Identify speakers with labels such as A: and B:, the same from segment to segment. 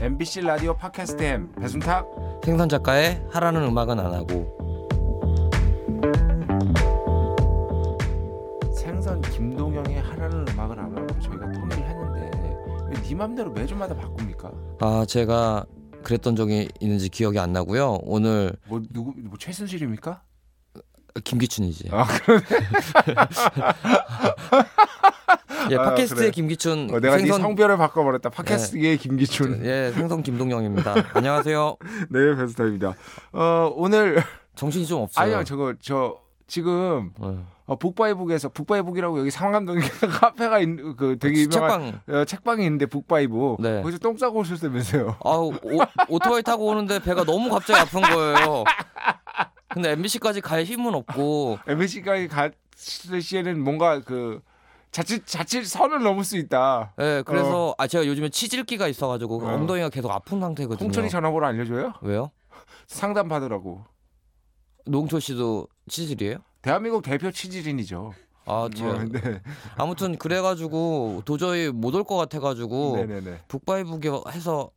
A: MBC 라디오 팟캐스트 햄 배순탁
B: 생선 작가의 하라는 음악은 안 하고
A: 생선 김동영의 하라는 음악을 안 하고 저희가 통일을 했는데 왜네 맘대로 매주마다 바꿉니까?
B: 아 제가 그랬던 적이 있는지 기억이 안 나고요. 오늘
A: 뭐 누구 뭐 최순실입니까?
B: 김기춘이지.
A: 아,
B: 예,
A: 아,
B: 팟캐스트의
A: 그래.
B: 김기춘
A: 어, 내가
B: 생선
A: 네 성별을 바꿔버렸다 팟캐스트의 김기춘
B: 예, 생선 김동영입니다. 안녕하세요.
A: 네 배순탁입니다 어 오늘
B: 정신이 좀 없어요.
A: 아니요 저거 저 지금
B: 어,
A: 어, 북바이북에서 북바이북이라고 여기 상암동에 카페가 있는 그 되게 유명한
B: 책방.
A: 어, 책방이 있는데 북바이북
B: 네.
A: 거기서 똥 싸고 오셨다면서요
B: 아우 오, 토바이 타고 오는데 배가 너무 갑자기 아픈 거예요. 근데 MBC까지 갈 힘은 없고
A: MBC까지 갔을 시에는 뭔가 그 자칫 자칫 선을 넘을 수 있다
B: 예, 그래서 아 제가 요즘에 치질기가 있어가지고
A: 어.
B: 엉덩이가 계속 아픈 상태거든요.
A: 홍철이 전화번호 알려줘요
B: 왜요?
A: 상담 받으라고
B: 노홍철 씨도 치질이에요?
A: 대한민국 대표 취지인이죠
B: 아, 제가
A: 어, 네.
B: 아무튼 그래가지고 도저히 못 올 것 같아가지고
A: 네네네
B: 북바이북에 해서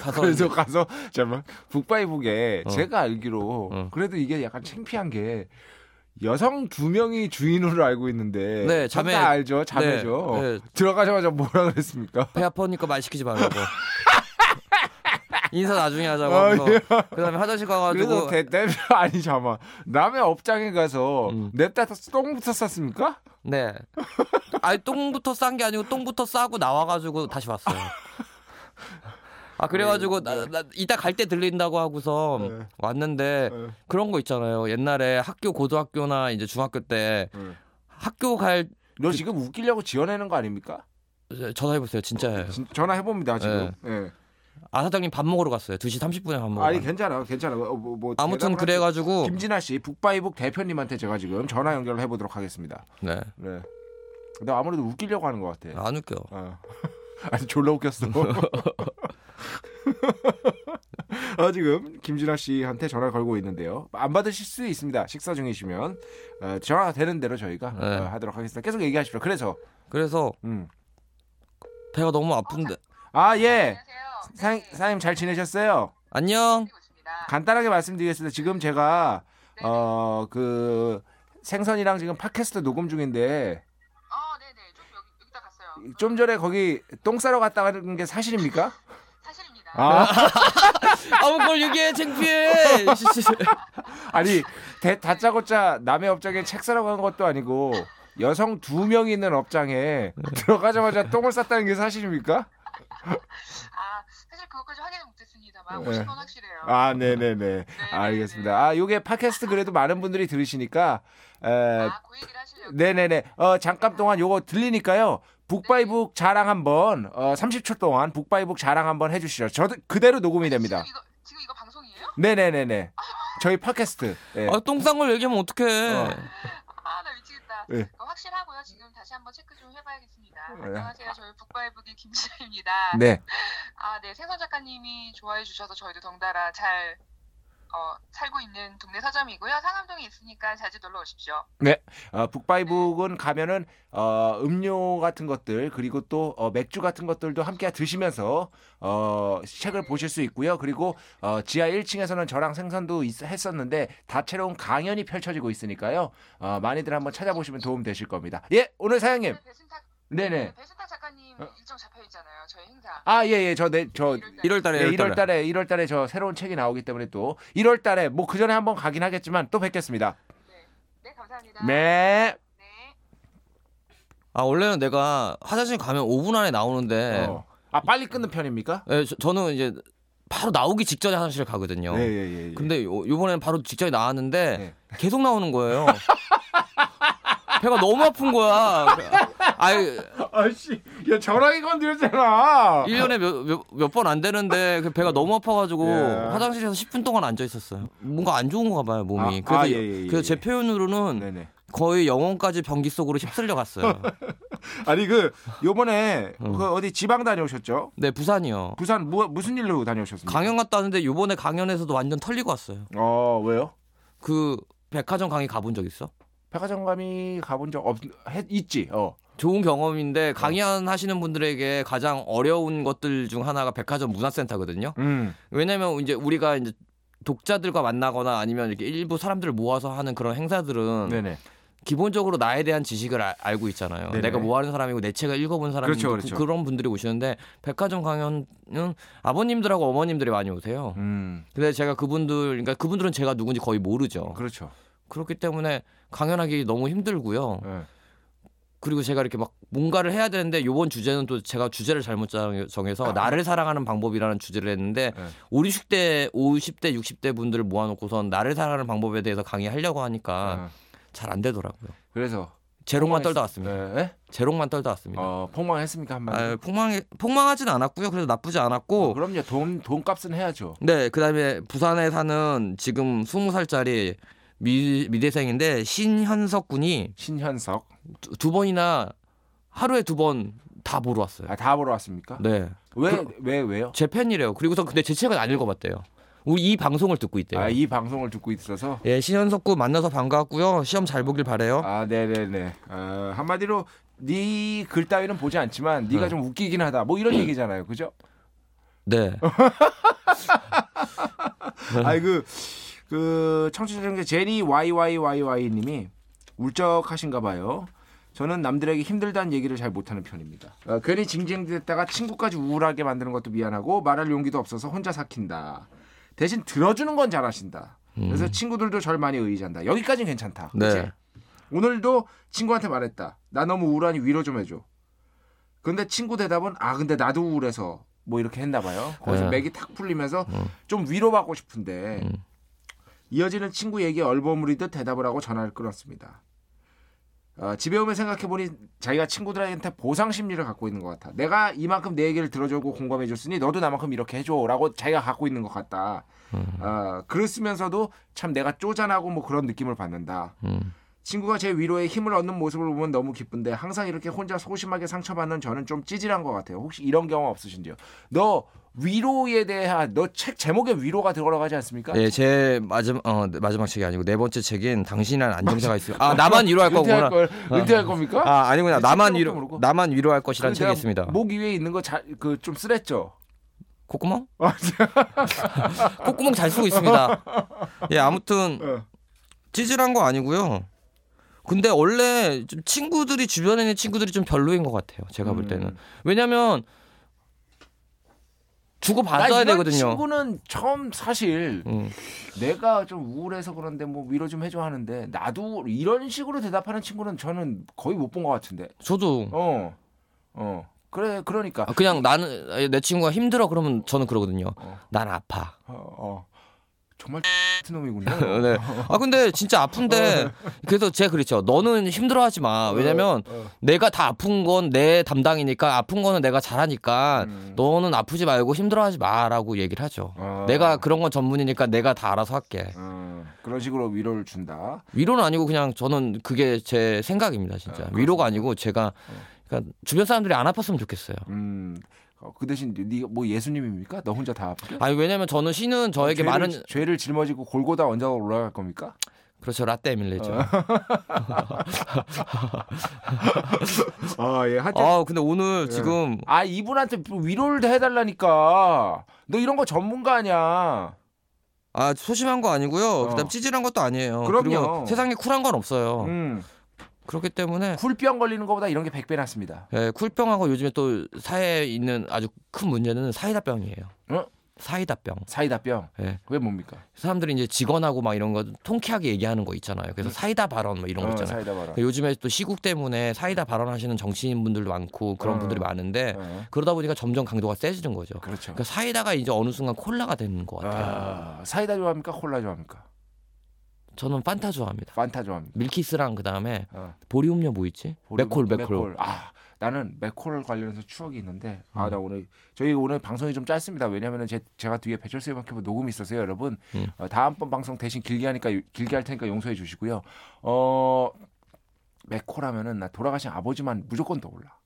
B: 가서
A: 그래서 가서 잠깐 북바이북에
B: 뭐. 어.
A: 제가 알기로
B: 어.
A: 그래도 이게 약간 창피한 게 여성 두 명이 주인으로 알고 있는데
B: 네,
A: 전부
B: 자매.
A: 다 알죠 자매죠
B: 네, 네.
A: 들어가자마자 뭐라 그랬습니까?
B: 배 아프니까 말 시키지 말라고 인사 나중에 하자고
A: 아,
B: 하면서
A: 예.
B: 그다음에 화장실
A: 그래서
B: 가가지고
A: 대, 대표 아니 잠깐 남의 업장에 가서
B: 음.
A: 냅다 똥부터 쌌습니까?
B: 네 아니 똥부터 싼 게 아니고 똥부터 싸고 나와가지고 다시 왔어요 아 그래가지고 나, 나 이따 갈 때 들린다고 하고서
A: 네.
B: 왔는데
A: 네.
B: 그런 거 있잖아요 옛날에 학교 고등학교나 이제 중학교 때
A: 네.
B: 학교 갈
A: 너 지금 웃기려고 지어내는 거 아닙니까?
B: 전화해보세요 진짜예요
A: 진- 전화해봅니다 지금. 예.
B: 아 사장님 밥 먹으러 갔어요 2시 30분에 밥 먹으러
A: 아니
B: 갔는데.
A: 괜찮아, 괜찮아. 어, 뭐, 뭐
B: 뭐 아무튼
A: 대답을 하시-
B: 그래가지고
A: 김진아 씨 북바이북 대표님한테 제가 지금 전화 연결을 해보도록 하겠습니다.
B: 네.
A: 네. 근데 아무래도 웃기려고 하는 것 같아.
B: 안 웃겨.
A: 어. 아니 졸라 웃겼어. 아, 지금 김진아 씨한테 전화 걸고 있는데요. 안 받으실 수 있습니다. 식사 중이시면 어, 전화 되는 대로 저희가
B: 네.
A: 어, 하도록 하겠습니다. 계속 얘기하십시오. 그래서
B: 그래서
A: 음.
B: 배가 너무 아픈데.
A: 아 예.
C: 안녕하세요.
A: 사장님, 사장님 잘 지내셨어요?
B: 안녕.
C: 있습니다.
A: 간단하게 말씀드리겠습니다. 지금 제가 어 그 생선이랑 지금 팟캐스트 녹음 중인데
C: 어, 네, 네. 좀 여기 여기다 갔어요.
A: 음, 좀 전에 거기 똥 싸러 갔다 가는 게 사실입니까?
C: 사실입니다.
A: 아
B: 아무 걸 얘기해 창피해. 씨, 씨, 씨.
A: 아니 대, 다짜고짜 남의 업장에 책 사러 간 것도 아니고 여성 두 명이 있는 업장에 들어가자마자 똥을 쌌다는 게 사실입니까?
C: 아, 사실 그것까지 확인은 못했습니다만
A: 네.
C: 50원 확실해요.
A: 아 네네네 알겠습니다. 아 요게 팟캐스트 그래도 많은 분들이 들으시니까 에,
C: 아, 그 얘기를 하시려고.
A: 네. 네네네. 어, 잠깐 동안 요거 들리니까요. 북바이북 자랑 한번 어, 30초 동안 북바이북 자랑 한번 해주시죠. 저 그대로 녹음이 됩니다.
C: 지금 이거 지금 이거 방송이에요?
A: 네네네네. 저희 팟캐스트. 예.
B: 아, 똥싼 걸 얘기하면 어떡해.
A: 어.
C: 아, 나 미치겠다.
A: 네.
C: 그거 확실하고요. 지금 다시 한번 체크 좀 해봐야겠습니다.
A: 네.
C: 안녕하세요. 저희 북바이북의 김지아입니다.
A: 네.
C: 아, 네. 생선 작가님이 좋아해 주셔서 저희도 덩달아 잘 어, 살고 있는 동네 서점이고요. 상암동에 있으니까 자주 놀러 오십시오.
A: 어, 북바이북은 가면은 어, 음료 같은 것들 그리고 또 어, 맥주 같은 것들도 함께 드시면서 어, 책을 보실 수 있고요. 그리고 어, 지하 1층에서는 저랑 생선도 있- 했었는데 다채로운 강연이 펼쳐지고 있으니까요. 어, 많이들 한번 찾아보시면 도움 되실 겁니다. 예, 오늘 사장님.
C: 오늘 네, 배순탁
A: 네네.
C: 배순탁 작가님
A: 어.
C: 일정 잡혀 있잖아요. 저희 행사.
A: 아, 예, 예. 저, 네, 저,
B: 1월
C: 일요일 날.
B: 달에
A: 네, 1월
B: 1월 달에.
A: 달에, 1월 달에 저 새로운 책이 나오기 때문에 또 1월 달에 뭐 그 전에 한번 가긴 하겠지만 또 뵙겠습니다.
C: 네, 감사합니다.
A: 네.
C: 네.
B: 아, 원래는 내가 화장실 가면 5분 안에 나오는데
A: 어. 아, 빨리 끊는 편입니까?
B: 예, 저, 는 이제 바로 나오기 직전에 화장실 가거든요.
A: 네, 예, 예. 예.
B: 근데 요, 요번엔 바로 직전에 나왔는데
A: 네.
B: 계속 나오는 거예요. 배가 너무 아픈 거야. 아유,
A: 아씨, 야 전화기 건드렸잖아.
B: 1년에 몇 번 안 되는데 그 배가 너무 아파가지고
A: 예. 음.
B: 화장실에서 10분 동안 앉아 있었어요. 뭔가 안 좋은가 봐요 몸이.
A: 아,
B: 그래서,
A: 아, 예, 예, 예.
B: 그래서 제 표현으로는
A: 네네.
B: 거의 영혼까지 변기 속으로 휩쓸려 갔어요.
A: 아니 그 요번에
B: 어.
A: 그 어디 지방 다녀오셨죠?
B: 네 부산이요.
A: 부산 뭐, 무슨 일로 다녀오셨습니까?
B: 강연 갔다 왔는데 요번에 강연에서도 완전 털리고 왔어요.
A: 어 왜요?
B: 그 백화점 강의 가본 적 있어?
A: 백화점 감이 가본 적 없, 했, 있지. 어.
B: 좋은 경험인데 강연 하시는 분들에게 가장 어려운 것들 중 하나가 백화점 문화센터거든요.
A: 음.
B: 왜냐면 이제 우리가 이제 독자들과 만나거나 아니면 이렇게 일부 사람들을 모아서 하는 그런 행사들은
A: 어. 네네.
B: 기본적으로 나에 대한 지식을 아- 알고 있잖아요.
A: 네네.
B: 내가 뭐 하는 사람이고 내 책을 읽어본 사람
A: 그렇죠, 그렇죠.
B: 런 분들이 오시는데 백화점 강연은 아버님들하고 어머님들이 많이 오세요.
A: 음.
B: 근데 제가 그분들 그러니까 그분들은 제가 누군지 거의 모르죠.
A: 그렇죠.
B: 그렇기 때문에 강연하기 너무 힘들고요.
A: 예.
B: 그리고 제가 이렇게 막 뭔가를 해야 되는데 요번 주제는 또 제가 주제를 잘못 정- 정해서
A: 아.
B: 나를 사랑하는 방법이라는 주제를 했는데
A: 네.
B: 5, 60대, 50대, 60대 분들을 모아놓고선 나를 사랑하는 방법에 대해서 강의하려고 하니까
A: 어.
B: 잘 안 되더라고요.
A: 그래서
B: 제롱만 떨다 왔습니다.
A: 네.
B: 제롱만 떨다 왔습니다.
A: 어, 폭망했습니까 한마디?
B: 아, 폭망해, 폭망하진 않았고요. 그래도 나쁘지 않았고.
A: 아, 그럼요. 돈 돈값은 해야죠.
B: 네, 그다음에 부산에 사는 지금 20살짜리 미, 미대생인데 신현석 군이
A: 신현석.
B: 두, 두 번이나 하루에 두 번 다 보러 왔어요.
A: 아, 다 보러 왔습니까?
B: 네.
A: 왜 왜
B: 그-
A: 왜요?
B: 제 팬이래요. 그리고서 근데 제 책은 안 읽어봤대요. 우리 이 방송을 듣고 있대요.
A: 아, 이 방송을 듣고 있어서
B: 예, 신현석 군 만나서 반가웠고요. 시험 잘 보길 바래요.
A: 아, 네네네. 어, 한마디로 네 글 따위는 보지 않지만 네가
B: 네.
A: 좀 웃기긴 하다. 뭐 이런 얘기잖아요, 그죠?
B: 네.
A: 아이 그, 그그 청취자 중에 제니 YYYY님이 울적하신가 봐요. 저는 남들에게 힘들다는 얘기를 잘 못하는 편입니다. 어, 괜히 징징댔다가 친구까지 우울하게 만드는 것도 미안하고 말할 용기도 없어서 혼자 삭힌다. 대신 들어주는 건 잘하신다. 그래서 친구들도 절 많이 의지한다. 여기까지는 괜찮다.
B: 네.
A: 그치? 오늘도 친구한테 말했다. 나 너무 우울하니 위로 좀 해줘. 근데 친구 대답은 아 근데 나도 우울해서 뭐 이렇게 했나 봐요. 거기서
B: 네.
A: 맥이 탁 풀리면서 좀 위로받고 싶은데 이어지는 친구 얘기에 얼버무리듯 대답을 하고 전화를 끊었습니다. 어, 집에 오면 생각해보니 자기가 친구들한테 보상 심리를 갖고 있는 것 같아. 내가 이만큼 내 얘기를 들어주고 공감해줬으니 너도 나만큼 이렇게 해줘라고 자기가 갖고 있는 것 같다. 어, 글을 쓰면서도 참 내가 쪼잔하고 뭐 그런 느낌을 받는다.
B: 음.
A: 친구가 제 위로에 힘을 얻는 모습을 보면 너무 기쁜데 항상 이렇게 혼자 소심하게 상처받는 저는 좀 찌질한 것 같아요. 혹시 이런 경험 없으신지요? 너 위로에 대한 너 책 제목에 위로가 들어가지 않습니까?
B: 예, 제 마지막 어, 네, 마지막 책이 아니고 네 번째 책인 당신이란 안정자가 있어요. 아, 나만 위로할
A: 은퇴할
B: 거구나.
A: 걸 은퇴할 겁니까?
B: 아, 아니구나.
A: 책
B: 나만
A: 제목도
B: 위로
A: 모르고.
B: 나만 위로할 것이라는
A: 네, 그
B: 책이
A: 내가
B: 있습니다.
A: 목 위에 있는 거 잘 그 좀 쓰랬죠.
B: 콧구멍?
A: 아,
B: 콧구멍 잘 쓰고 있습니다. 예, 아무튼
A: 어.
B: 찌질한 거 아니고요. 근데 원래 좀 친구들이 주변에 있는 친구들이 좀 별로인 것 같아요. 제가 볼 때는
A: 음.
B: 왜냐면 주고
A: 나
B: 받아야
A: 이런
B: 되거든요.
A: 친구는 처음 사실
B: 음.
A: 내가 좀 우울해서 그런데 뭐 위로 좀 해줘 하는데 나도 이런 식으로 대답하는 친구는 저는 거의 못 본 것 같은데.
B: 저도
A: 어, 어, 그래 그러니까.
B: 아, 그냥 나는 아, 내 친구가 힘들어 그러면 저는 그러거든요.
A: 어.
B: 난 아파.
A: 어, 어. 정말 같은 놈이군요.
B: 네. 아 근데 진짜
A: 어, 네.
B: 아픈데 그래서 제가 그랬죠. 너는 힘들어하지 마. 아, 왜냐면
A: 어, 어.
B: 내가 다 아픈 건 내 담당이니까 아픈 거는 내가 잘하니까
A: 음.
B: 너는 아프지 말고 힘들어하지 마라고 얘기를 하죠.
A: 어.
B: 내가 그런 건 전문이니까 내가 다 알아서 할게.
A: 어, 그런 식으로 위로를 준다.
B: 위로는 아니고 그냥 저는 그게 제 생각입니다, 진짜. 위로가 아니고
A: 어.
B: 제가 그러니까 주변 사람들이 안 아팠으면 좋겠어요.
A: 음, 어, 그 대신 네가 뭐 예수님입니까? 너 혼자 다 아프게?
B: 아니 왜냐면 저는 신은 저에게
A: 죄를,
B: 많은
A: 죄를 짊어지고 골고다 얹어 올라갈 겁니까?
B: 그렇죠 라떼 밀레죠.
A: 아, 예. 하여튼
B: 아 근데 오늘 지금
A: 아, 이분한테 위로를 해달라니까. 너 이런 거 전문가 아니야.
B: 아 소심한 거 아니고요.
A: 어.
B: 그다음 찌질한 것도 아니에요.
A: 그럼요.
B: 리고 세상에 쿨한 건 없어요.
A: 음,
B: 그렇기 때문에
A: 쿨병 걸리는 것보다 이런 게 100배 낫습니다.
B: 예, 쿨병하고 요즘에 또 사회에 있는 아주 큰 문제는 사이다병이에요.
A: 어?
B: 사이다병.
A: 사이다병.
B: 예.
A: 그게 뭡니까?
B: 사람들이 이제 직원하고 막 이런 거 통쾌하게 얘기하는 거 있잖아요. 그래서 사이다 발언 뭐 이런 거
A: 어,
B: 있잖아요.
A: 사이다 봐라.
B: 요즘에 또 시국 때문에 사이다 발언하시는 정치인분들도 많고 그런
A: 어.
B: 분들이 많은데
A: 어,
B: 그러다 보니까 점점 강도가 세지는 거죠.
A: 그렇죠.
B: 그러니까 사이다가 이제 어느 순간 콜라가 되는 것 같아요.
A: 아, 사이다 좋아합니까? 콜라 좋아합니까?
B: 저는 판타 좋아합니다.
A: 판타 좋아합니까?
B: 밀키스랑 그 다음에
A: 어.
B: 보리 음료 뭐 있지? 맥콜 맥콜.
A: 아 나는 맥콜 관련해서 추억이 있는데 아
B: 음.
A: 나 오늘 저희 오늘 방송이 좀 짧습니다. 왜냐하면 제 제가 뒤에 배철수 음악회부 녹음이 있어서요, 여러분.
B: 음.
A: 어, 다음번 방송 대신 길게 하니까 유- 길게 할 테니까 용서해 주시고요. 어 맥콜 하면은 나 돌아가신 아버지만 무조건 떠올라.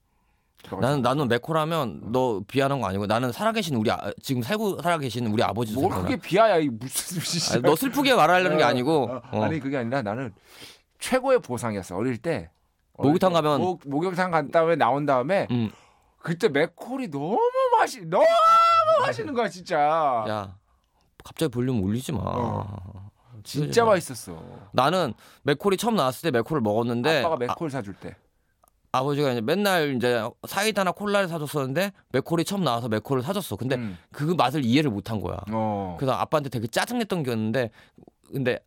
B: 나는 나는 메코라면 너 비하는 거 아니고 나는 살아계신 우리 아, 지금 살고 살아계신 우리 아버지
D: 뭘 그게 비하야 이 무슨 짓이야.
B: 너 슬프게 말하려는 게 아니고
D: 어,
B: 어.
D: 아니 그게 아니라 나는 최고의 보상이었어 어릴 때 어릴
B: 목욕탕
D: 때
B: 가면-
D: 목, 목욕탕 간 다음에 나온 다음에
B: 음.
D: 그때 맥콜이 너무 맛이 너무 맛있는 거야 진짜
B: 네. 야 갑자기 볼륨 올리지 마.
D: 아. 어.
B: 진짜
D: 진짜 맛있었어
B: 나는 맥콜이 처음 나왔을 때 맥콜을 먹었는데
D: 아빠가 맥콜 사줄 때
B: 아, 버지가 이제 맨날 이제 사이다나 콜라를 사줬었는데 맥콜이 처음 나와서 맥콜을 사줬어. 근데
D: 음.
B: 그 맛을 이해를 못한 거야.
D: 어.
B: 그래서 아빠한테 되게 짜증냈던 게였는데 근데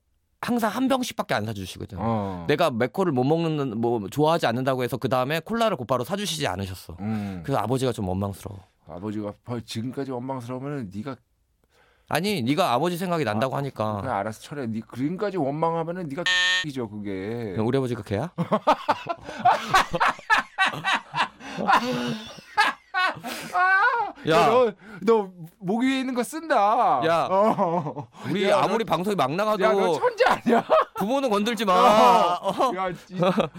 B: 항상 한 병씩밖에 안 사주시거든.
D: 어.
B: 내가 맥콜을 못 먹는 뭐 좋아하지 않는다고 해서 그 다음에 콜라를 곧바로 사주시지 않으셨어.
D: 음.
B: 그래서 아버지가 좀 원망스러워.
D: 아버지가 벌- 지금까지 원망스러우면 네가
B: 아니 네가 아버지 생각이 난다고 하니까
D: 그냥 알아서 처리해 네 지금까지 원망하면은 네가 이죠
A: 예.
D: 그게
B: 우리 아버지가 걔야? 야.
D: 아! 야너 너 목 위에 있는 거 쓴다
B: 야.
D: 어.
B: 우리
D: 야, 너-
B: 아무리 방송이 막 나가도
D: 야, 너 천재 아니야?
B: 부모는 건들지 마. 어.
D: 야, 지-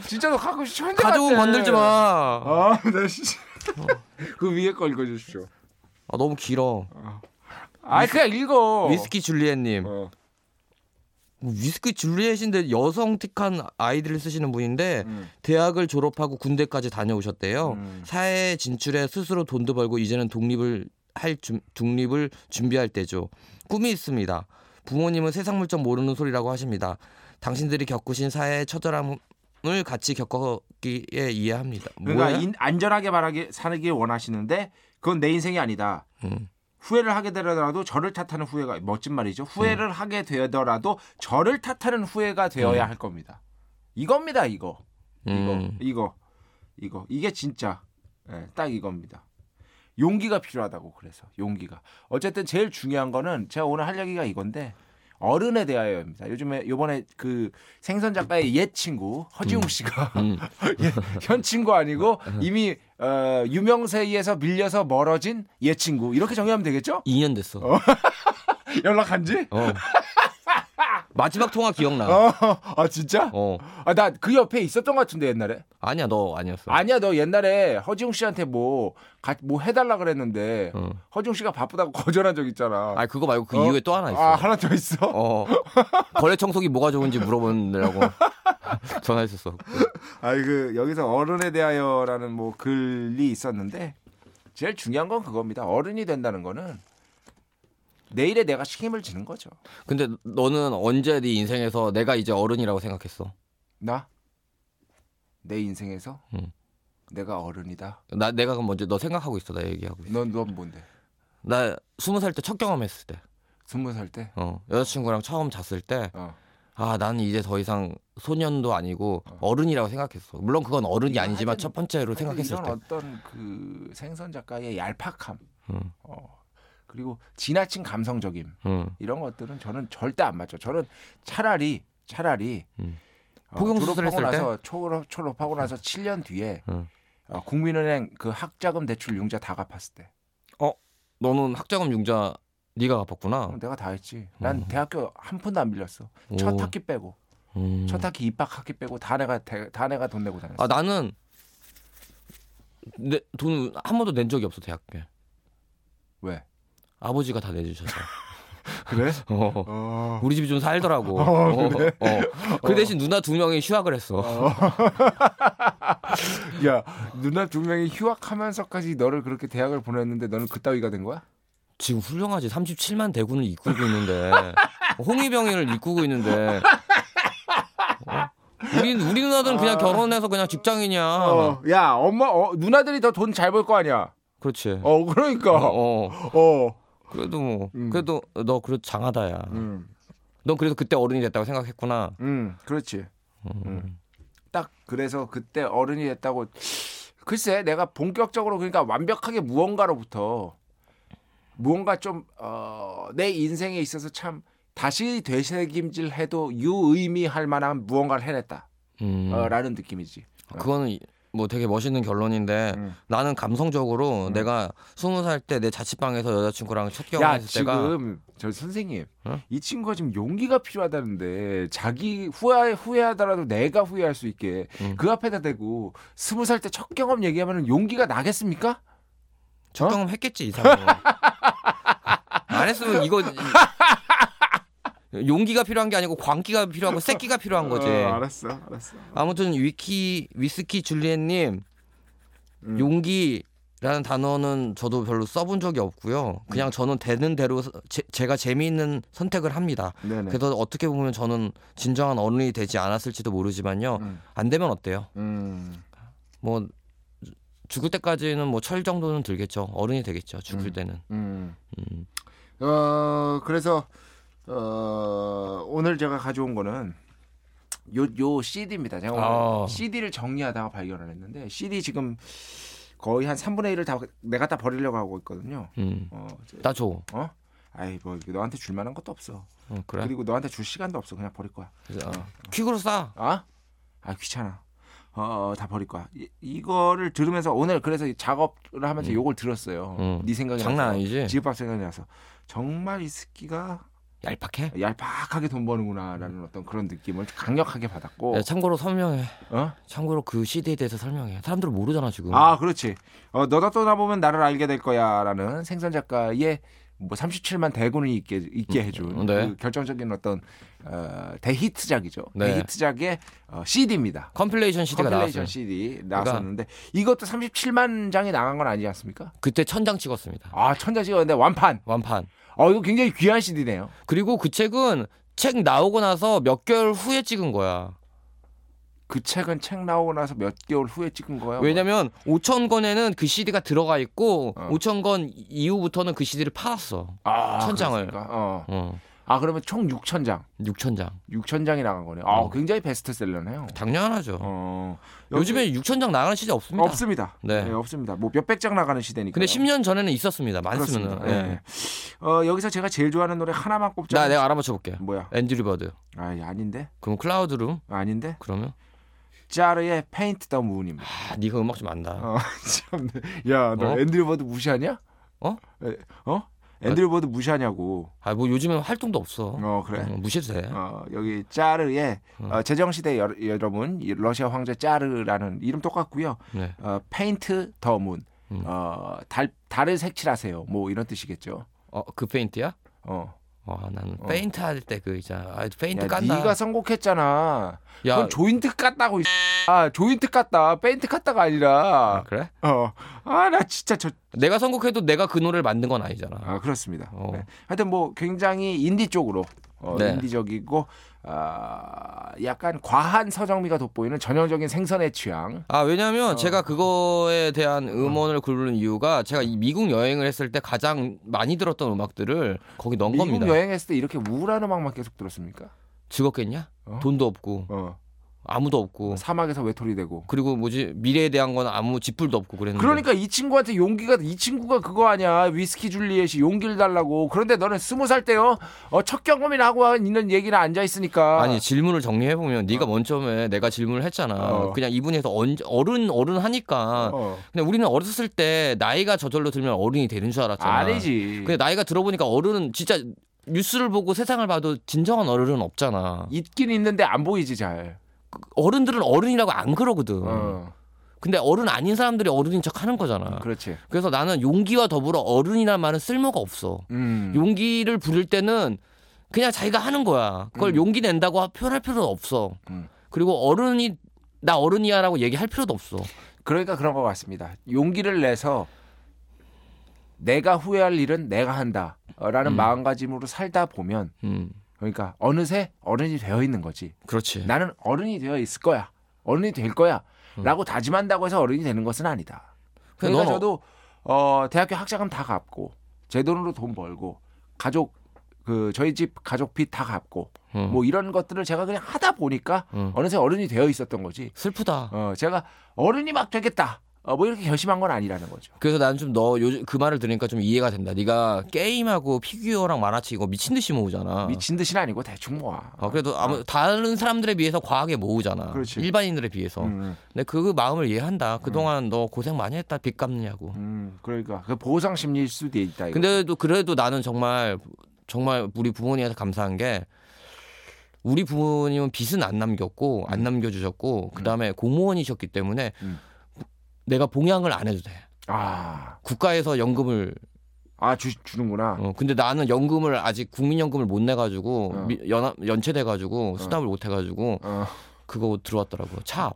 D: 진짜 너 가끔 천재 같아.
B: 가족은 건들지 마.
A: 어.
B: 어.
D: 아, 나 진짜. 그 위에 걸 읽어주십시오.
B: 아, 너무 길어.
D: 아, 그냥 읽어.
B: 위스키 줄리엣님.
D: 어.
B: 위스키 줄리엣인데 여성 특한 아이들을 쓰시는 분인데
D: 음.
B: 대학을 졸업하고 군대까지 다녀오셨대요.
D: 음.
B: 사회 진출에 스스로 돈도 벌고 이제는 독립을 할 준- 독립을 준비할 때죠. 꿈이 있습니다. 부모님은 세상 물정 모르는 소리라고 하십니다. 당신들이 겪으신 사회의 처절함을 같이 겪었기에 이해합니다.
A: 그러니까
B: 뭐야?
A: 인- 안전하게 말하기 사는게 원하시는데 그건 내 인생이 아니다.
B: 음.
A: 후회를 하게 되더라도 저를 탓하는 후회가 멋진 말이죠.
B: 음.
A: 후회를 하게 되더라도 저를 탓하는 후회가 되어야 할 겁니다. 이겁니다, 이거.
B: 음.
A: 이거. 이거. 이거. 이게 진짜 예, 딱 이겁니다. 용기가 필요하다고 그래서 용기가. 어쨌든 제일 중요한 거는 제가 오늘 할 얘기가 이건데 어른에 대하여입니다. 요즘에 요번에 그 생선 작가의 옛 친구 허지웅 씨가
B: 음.
A: 예, 현 친구 아니고 이미 어, 유명세에서 밀려서 멀어진 옛 친구 이렇게 정의하면 되겠죠?
B: 2년 됐어.
A: 연락한지?
B: 어. 마지막 통화 기억나.
A: 어, 아 진짜?
B: 어.
A: 아, 나 그 옆에 있었던 것 같은데 옛날에.
B: 아니야 너 아니었어.
A: 아니야 너 옛날에 허지웅 씨한테 뭐뭐 뭐 해달라 그랬는데
B: 어.
A: 허지웅 씨가 바쁘다고 거절한 적 있잖아.
B: 아니 그거 말고 그
A: 어?
B: 이후에 또 하나 있어.
A: 아 하나 더 있어?
B: 어. 거래 청소기 뭐가 좋은지 물어보느라고 전화했었어.
A: 아이 그 여기서 어른에 대하여라는 뭐 글이 있었는데 제일 중요한 건 그겁니다. 어른이 된다는 거는 내일에 내가 책임을 지는 거죠.
B: 근데 너는 언제 네 인생에서 내가 이제 어른이라고 생각했어?
A: 나? 내 인생에서
B: 음.
A: 내가 어른이다.
B: 나 내가 그럼 먼저 너 생각하고 있어. 나 얘기하고 있어.
A: 넌, 넌 뭔데?
B: 나 스무 살 때 첫 경험했을 때,
A: 스무 살 때?
B: 어, 여자친구랑 처음 잤을 때,
A: 어.
B: 아, 나는 이제 더 이상 소년도 아니고 어른이라고 생각했어. 물론 그건 어른이 아니지만
A: 하여튼-
B: 첫 번째로 생각했을
A: 이런
B: 때.
A: 어떤 그 생선 작가의 얄팍함
B: 음.
A: 어. 그리고 지나친 감성적임
B: 응.
A: 이런 것들은 저는 절대 안 맞죠. 저는 차라리 차라리
B: 음.
A: 어,
B: 포경 수술을
A: 졸업하고
B: 했을 때?
A: 나서 졸업, 졸업하고 나서 7년 뒤에
B: 음.
A: 어, 국민은행 그 학자금 대출 융자 다 갚았을 때
B: 너는 학자금 융자 네가 갚았구나.
A: 그럼 내가 다 했지. 난
B: 음.
A: 대학교 한 푼도 안 빌렸어. 첫
B: 어. 오.
A: 학기 빼고
B: 음.
A: 첫 학기 입학 학기 빼고 다 내가 대- 다 내가 돈 내고 다녔어.
B: 아 나는 내돈한 번도 낸 적이 없어 대학교에.
A: 왜?
B: 아버지가 다 내주셔서.
A: 그래?
B: 어.
A: 어.
B: 우리 집이 좀 살더라고.
A: 어, 그래?
B: 어, 어. 그 대신 누나 두 명이 휴학을 했어.
A: 야 누나 두 명이 휴학하면서까지 너를 그렇게 대학을 보냈는데 너는 그따위가 된 거야?
B: 지금 훌륭하지. 37만 대군을 이끌고 있는데 홍위병이를 이끌고 있는데. 어? 우리 우리 누나들은 그냥 결혼해서 그냥 직장이냐.
A: 아. 어, 야 엄마 어, 누나들이 더 돈 잘 벌 거 아니야?
B: 그렇지.
A: 어 그러니까 어,
B: 어, 어. 그래도 뭐
A: 음.
B: 그래도 너 그래도 장하다야.
A: 음,
B: 넌 그래서 그때 어른이 됐다고 생각했구나.
A: 음 그렇지
B: 음.
A: 딱 그래서 그때 어른이 됐다고 글쎄 내가 본격적으로 그러니까 완벽하게 무언가로부터 무언가 좀내 어, 인생에 있어서 참 다시 되새김질 해도 유의미할 만한 무언가를 해냈다
B: 음.
A: 아, 어, 라는 느낌이지
B: 그거는 뭐 되게 멋있는 결론인데
A: 음.
B: 나는 감성적으로 내가 스무 살 때 내 자취방에서 여자친구랑 첫
A: 야
B: 경험했을 때가
A: 지금 어? 저 선생님
B: 어?
A: 이 친구가 지금 용기가 필요하다는데 자기 후회 후회하더라도 내가 후회할 수 있게
B: 음.
A: 그 앞에다 대고 스무 살 때 첫 경험 얘기하면 용기가 나겠습니까?
B: 첫
A: 어?
B: 경험 했겠지 이 사람. 안 했으면 이거 용기가 필요한 게 아니고 광기가 필요하고 새끼가 필요한 거지.
A: 알았어, 알았어.
B: 아무튼 위키 위스키 줄리엣님
A: 음.
B: 용기라는 단어는 저도 별로 써본 적이 없고요.
A: 음.
B: 그냥 저는 되는 대로 서- 제, 제가 재미있는 선택을 합니다.
A: 네네.
B: 그래서 어떻게 보면 저는 진정한 어른이 되지 않았을지도 모르지만요.
A: 음.
B: 안 되면 어때요?
A: 음.
B: 뭐 죽을 때까지는 뭐 철 정도는 들겠죠. 어른이 되겠죠. 죽을
A: 음.
B: 때는.
A: 음.
B: 음.
A: 어 그래서 어 오늘 제가 가져온 거는 요 요 CD입니다. 제가 오늘
B: 아.
A: CD를 정리하다가 발견을 했는데 CD 지금 거의 한 3분의 1을 다 내가 다 버리려고 하고 있거든요.
B: 음.
A: 어, 저-
B: 나 줘.
A: 어? 아이 뭐 이거 너한테 줄 만한 것도 없어.
B: 어, 그래.
A: 그리고 너한테 줄 시간도 없어. 그냥 버릴 거야.
B: 그래서, 어. 퀵으로 싸.
A: 아? 아 귀찮아. 어, 어, 다 버릴 거야. 이, 거를 들으면서 오늘 그래서 이 작업을 하면서 요걸 들었어요.
B: 음.
A: 네 생각이
B: 장난
A: 나서.
B: 아니지.
A: 집밥 생각이 나서 정말 이 스키가
B: 얄팍해.
A: 얄팍하게 돈 버는구나라는 어떤 그런 느낌을 강력하게 받았고
B: 야, 네, 참고로 설명해.
A: 뭐. 어?
B: 참고로 그 CD에 대해서 설명해. 사람들은 모르잖아 지금.
A: 아 그렇지 어, 너다 떠나보면 나를 알게 될 거야라는 생선 작가의 뭐 37만 대군이 있게 있게 해준
B: 음, 네.
A: 그 결정적인 어떤 어, 대히트작이죠
B: 네.
A: 대히트작의 어, CD입니다
B: 컴필레이션 CD가
A: 컴필레이션
B: 나왔어요. 그러니까
A: CD 나왔었는데 이것도 37만 장이 나간 건 아니지 않습니까?
B: 그때 천장 찍었습니다.
A: 아 천자 찍었는데 완판
B: 완판.
A: 어 이거 굉장히 귀한 CD네요
B: 그리고 그 책은 책 나오고 나서 몇 개월 후에 찍은 거야.
A: 그 책은 책 나오고 나서 몇 개월 후에 찍은 거야
B: 왜냐면 5천 권에는 그 CD가 들어가 있고
A: 뭐. 어.
B: 5천 권 이후부터는 그 CD를 팔았어.
A: 아,
B: 천장을.
A: 그렇습니까? 어.
B: 어.
A: 아 그러면 총 6천 장,
B: 6천 장.
A: 6천 장이 나간 거네요. 아
B: 음.
A: 굉장히 베스트셀러네요.
B: 당연하죠.
A: 어
B: 요즘에 6천 장 나가는 시대 없습니다.
A: 없습니다.
B: 네.
A: 네. 없습니다. 뭐 몇백 장 나가는 시대니까.
B: 근데 10년 전에는 있었습니다. 많았으면.
A: 그렇습니다. 예. 어 여기서 제가 제일 좋아하는 노래 하나만 꼽자.
B: 네. 나 내가 알아맞혀 볼게요.
A: 뭐야?
B: 앤드류 버드.
A: 아 아닌데?
B: 그럼 클라우드룸.
A: 아닌데?
B: 그러면
A: 짜르의 페인트 더 문입니다.
B: 아, 네가 음악 좀 안다.
A: 어, 참. 야너
B: 어?
A: 앤드류 버드 무시하냐?
B: 어?
A: 에, 어? 앤드류 버드 무시하냐고.
B: 아 뭐 요즘엔 활동도 없어. 음.
A: 어 그래.
B: 어, 무시해도 돼.
A: 어, 여기 짜르의 어, 제정시대 여, 여러분 이 러시아 황제 짜르라는 이름 똑같고요.
B: 네.
A: 어, 페인트 더문
B: 음.
A: 어, 달, 달을 색칠하세요. 뭐 이런 뜻이겠죠.
B: 어, 그 페인트야?
A: 어.
B: 와, 나는
A: 어.
B: 페인트 할 때 그 있잖아. 아, 페인트
A: 야,
B: 깐다.
A: 네가 선곡했잖아.
B: 야,
A: 그건 조인트 깠다고. 이 아, 조인트 깠다. 페인트 깠다가
B: 아,
A: 아니라.
B: 그래?
A: 어. 아, 나 진짜 저.
B: 내가 선곡해도 내가 그 노래를 만든 건 아니잖아.
A: 아, 그렇습니다.
B: 어.
A: 네. 하여튼 뭐 굉장히 인디 쪽으로 어,
B: 네.
A: 인디적이고 아, 약간 과한 서정미가 돋보이는 전형적인 생선의 취향.
B: 아 왜냐하면
A: 어.
B: 제가 그거에 대한 음원을 고른 이유가 제가 이 미국 여행을 했을 때 가장 많이 들었던 음악들을 거기 넣은
A: 미국
B: 겁니다.
A: 여행했을 때 이렇게 우울한 음악만 계속 들었습니까?
B: 즐겁겠냐?
A: 어?
B: 돈도 없고
A: 어.
B: 아무도 없고
A: 사막에서 외톨이 되고.
B: 그리고 뭐지 미래에 대한 건 아무 짚불도 없고 그랬는데
A: 그러니까 이 친구한테 용기가 이 친구가 그거 아니야 위스키 줄리엣이 용기를 달라고 그런데 너는 스무 살 때요 어, 첫 경험이나 하고 있는 얘기나 앉아 있으니까
B: 아니 질문을 정리해 보면 네가 먼저 에 내가 질문을 했잖아.
A: 어.
B: 그냥 이분에서 언제 어른 어른 하니까
A: 어.
B: 근데 우리는 어렸을 때 나이가 저절로 들면 어른이 되는 줄 알았잖아.
A: 아니지
B: 근데 나이가 들어보니까 어른은 진짜 뉴스를 보고 세상을 봐도 진정한 어른은 없잖아.
A: 있긴 있는데 안 보이지 잘
B: 어른들은 어른이라고 안 그러거든.
A: 어,
B: 근데 어른 아닌 사람들이 어른인 척 하는 거잖아.
A: 그렇지
B: 그래서 나는 용기와 더불어 어른이란 말은 쓸모가 없어.
A: 음.
B: 용기를 부릴 때는 그냥 자기가 하는 거야. 그걸
A: 음.
B: 용기 낸다고 표현할 필요도 없어.
A: 음.
B: 그리고 어른이 나 어른이야라고 얘기할 필요도 없어.
A: 그러니까 그런 것 같습니다 용기를 내서 내가 후회할 일은 내가 한다라는
B: 음.
A: 마음가짐으로 살다 보면
B: 음,
A: 그러니까 어느새 어른이 되어 있는 거지
B: 그렇지.
A: 나는 어른이 되어 있을 거야. 어른이 될 거야.
B: 음.
A: 라고 다짐한다고 해서 어른이 되는 것은 아니다.
B: 그러니까
A: 그러니까
B: 넌 어-
A: 저도 어, 대학교 학자금 다 갚고 제 돈으로 돈 벌고 가족 그 저희 집 가족 빚 다 갚고
B: 음.
A: 뭐 이런 것들을 제가 그냥 하다 보니까
B: 음.
A: 어느새 어른이 되어 있었던 거지.
B: 슬프다.
A: 어, 제가 어른이 막 되겠다. 어, 뭐 이렇게 결심한 건 아니라는 거죠.
B: 그래서 나는 좀 너 요즘 그 말을 들으니까 좀 이해가 된다. 네가 게임하고 피규어랑 만화책 이거 미친 듯이 모으잖아.
A: 미친 듯이는 아니고 대충 뭐. 모아.
B: 아, 그래도 아무 다른 사람들에 비해서 과하게 모으잖아.
A: 그렇지.
B: 일반인들에 비해서.
A: 음,
B: 근데 그 마음을 이해한다. 그동안 너 고생 많이 했다. 빚 갚느냐고.
A: 음, 그러니까 그 보상 심리일 수도 있다. 이거.
B: 근데도 그래도 나는 정말 정말 우리 부모님한테 감사한 게 우리 부모님은 빚은 안 남겼고 안 남겨주셨고 그다음에 공무원이셨기 때문에
A: 음.
B: 내가 봉양을 안 해도 돼.
A: 아,
B: 국가에서 연금을
A: 아 주, 주는구나.
B: 어, 근데 나는 연금을 아직 국민연금을 못 내가지고
A: 어.
B: 미- 연 연체돼가지고 수납을 못 해가지고
A: 어.
B: 그거 들어왔더라고요. 차.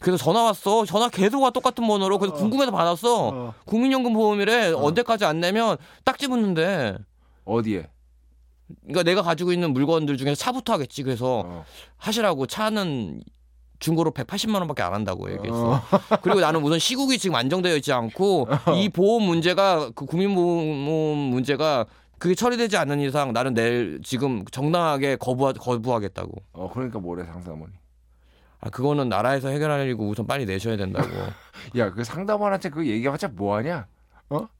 B: 그래서 전화 왔어. 전화 계속 와 똑같은 번호로. 그래서 궁금해서 받았어.
A: 어.
B: 국민연금 보험이래 언제까지 안 내면 딱지 붙는데.
A: 어디에?
B: 그러니까 내가 가지고 있는 물건들 중에서 차부터 하겠지. 그래서
A: 어.
B: 하시라고 차는 중고로 180만 원밖에 안 한다고 얘기했어. 그리고 나는 우선 시국이 지금 안정되어 있지 않고 이 보험 문제가 그 국민보험 문제가 그게 처리되지 않는 이상 나는 내일 지금 정당하게 거부하, 거부하겠다고.
A: 어, 그러니까 뭐래 상사모니.
B: 아 그거는 나라에서 해결하려고 우선 빨리 내셔야 된다고.
A: 야, 그 상담원한테 그 얘기하자 뭐 하냐?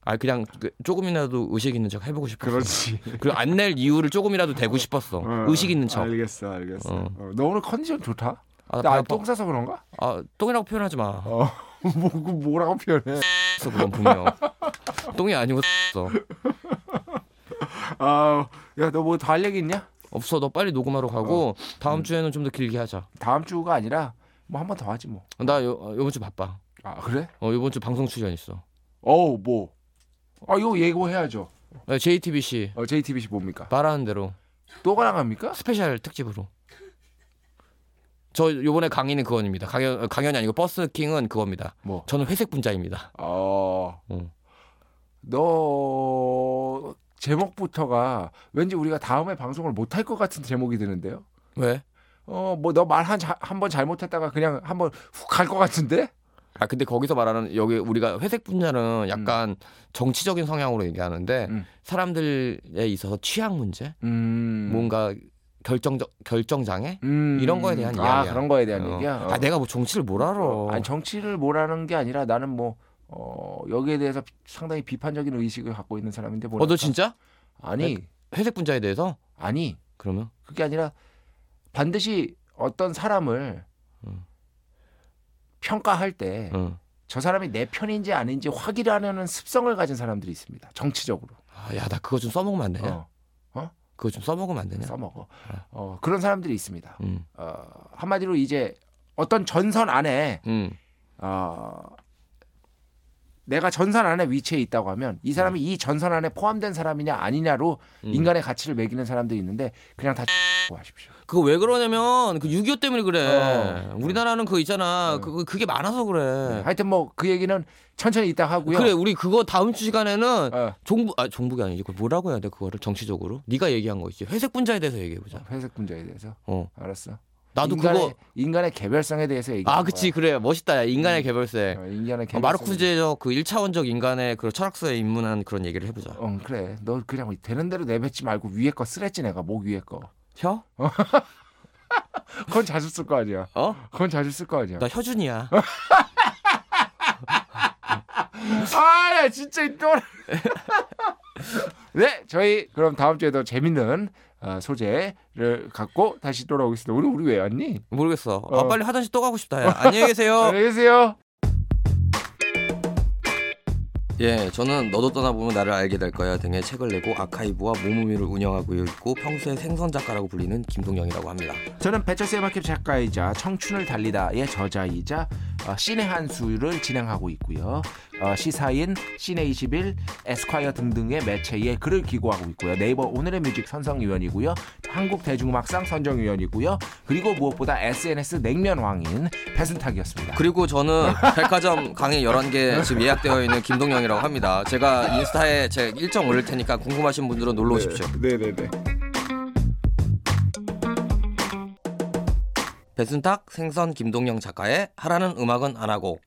B: 아 그냥 그 조금이라도 의식 있는 척 해보고 싶었어.
A: 그렇지.
B: 그리고 안 낼 이유를 조금이라도 대고 싶었어. 의식 있는 척.
A: 알겠어, 알겠어.
B: 어.
A: 어, 너 오늘 컨디션 좋다.
B: 아,
A: 나
B: 발
A: 똥 싸서 그런가?
B: 아, 똥이라고 표현하지 마.
A: 어, 뭐, 그 뭐라고 표현해?
B: X어, 그건 분명. 똥이 아니고 X어.
A: 아, 야, 너 뭐 더 할 얘기 있냐?
B: 없어. 너 빨리 녹음하러 가고 다음 주에는 좀 더 길게 하자.
A: 다음 주가 아니라 뭐 한 번 더 하지 뭐.
B: 나 요, 어, 요번 주 바빠.
A: 아, 그래?
B: 어, 요번 주 방송 출연 있어.
A: 어우, 뭐. 아, 이거 예고해야죠.
B: 나 JTBC
A: 어, JTBC 뭡니까?
B: 네, 말하는 대로
A: 또가 나갑니까?
B: 스페셜 특집으로. 저 요번에 강의는 그겁니다. 강연 어, 강연이 아니고 버스킹은 그겁니다.
A: 뭐?
B: 저는 회색 분자입니다.
A: 어.
B: 응.
A: 너 제목부터가 왠지 우리가 다음에 방송을 못 할 것 같은 제목이 드는데요.
B: 왜?
A: 어, 뭐 너 말 한 한 번 잘못했다가 그냥 한번 훅 갈 것 같은데?
B: 아 근데 거기서 말하는 여기 우리가 회색 분야는 약간 정치적인 성향으로 얘기하는데
A: 음.
B: 사람들에 있어서 취향 문제,
A: 음.
B: 뭔가 결정적 결정 장애
A: 음.
B: 이런 거에 대한
A: 아,
B: 이야기야.
A: 그런 거에 대한
B: 어.
A: 얘기야. 어.
B: 아 내가 뭐 정치를 뭘 알아?
A: 아니 정치를 뭐라는 게 아니라 나는 뭐 어, 여기에 대해서 비- 상당히 비판적인 의식을 갖고 있는 사람인데 뭐랄까?
B: 어 너 진짜 네.
A: 아니
B: 회색 분자에 대해서
A: 아니
B: 그러면
A: 그게 아니라 반드시 어떤 사람을
B: 음.
A: 평가할 때 저
B: 응.
A: 사람이 내 편인지 아닌지 확인하려는 습성을 가진 사람들이 있습니다. 정치적으로
B: 아야나 그거 좀 써먹으면 안 되냐?
A: 어,
B: 그거 좀 써먹으면 안 되냐?
A: 써먹어.
B: 아.
A: 어, 그런 사람들이 있습니다.
B: 응.
A: 어, 한마디로 이제 어떤 전선 안에
B: 응.
A: 어, 내가 전선 안에 위치해 있다고 하면 이 사람이 이 전선 안에 포함된 사람이냐 아니냐로
B: 음.
A: 인간의 가치를 매기는 사람들이 있는데 그냥 다 X라고 하십시오.
B: 그거 왜 그러냐면 그 6.25 때문에 그래.
A: 어.
B: 우리나라는 그거 있잖아.
A: 음.
B: 그 그게 많아서 그래.
A: 하여튼 뭐 그 얘기는 천천히 이따 하고요.
B: 네. 그래 우리 그거 다음 주 시간에는
A: 어,
B: 종부 아 종북이 아니지 그 뭐라고 해야 돼 그거를 정치적으로 네가 얘기한 거 있지 회색 분자에 대해서 얘기해 보자
A: 회색 분자에 대해서
B: 어
A: 알았어.
B: 나도
A: 인간의,
B: 그거
A: 인간의 개별성에 대해서 얘기.
B: 아 그치 그래 멋있다 야, 인간의 개별세
A: 어, 인간의
B: 어,
A: 개별성.
B: 마르쿠제적 그 일차원적 인간의 그 철학서에 입문한 그런 얘기를 해보자
A: 어 그래. 너 그냥 되는 대로 내뱉지 말고 위에 거 쓰랬지 내가 목 위에 거.
B: 혀?
A: 그건 자주 쓸 거 아니야.
B: 어?
A: 그건 자주 쓸 거 아니야.
B: 나 혀준이야
A: 어. 아야 진짜 이 또라. 네 저희 그럼 다음 주에도 재밌는 어, 소재를 갖고 다시 돌아오겠습니다. 우리 우리 왜 왔니?
B: 모르겠어 아
A: 어.
B: 빨리 화장실 또 가고 싶다 야 안녕히 계세요
A: 안녕히 계세요.
B: 예, 저는 너도 떠나보면 나를 알게 될 거야 등의 책을 내고 아카이브와 모모미를 운영하고 있고 평소에 생선 작가라고 불리는 김동영이라고 합니다.
A: 저는 배철수의 마켓 작가이자 청춘을 달리다의 저자이자 어, 시내 한수를 진행하고 있고요. 어, 시사인, 시내21, 에스콰이어 등등의 매체에 글을 기고하고 있고요. 네이버 오늘의 뮤직 선정위원이고요. 한국 대중음악상 선정위원이고요. 그리고 무엇보다 SNS 냉면왕인 배순탁이었습니다.
B: 그리고 저는 백화점 강의 11개 지금 예약되어 있는 김동영이라고 합니다. 제가 인스타에 제 일정 올릴 테니까 궁금하신 분들은 놀러 오십시오.
A: 네네네.
B: 배순탁 생선 김동영 작가의 하라는 음악은 안 하고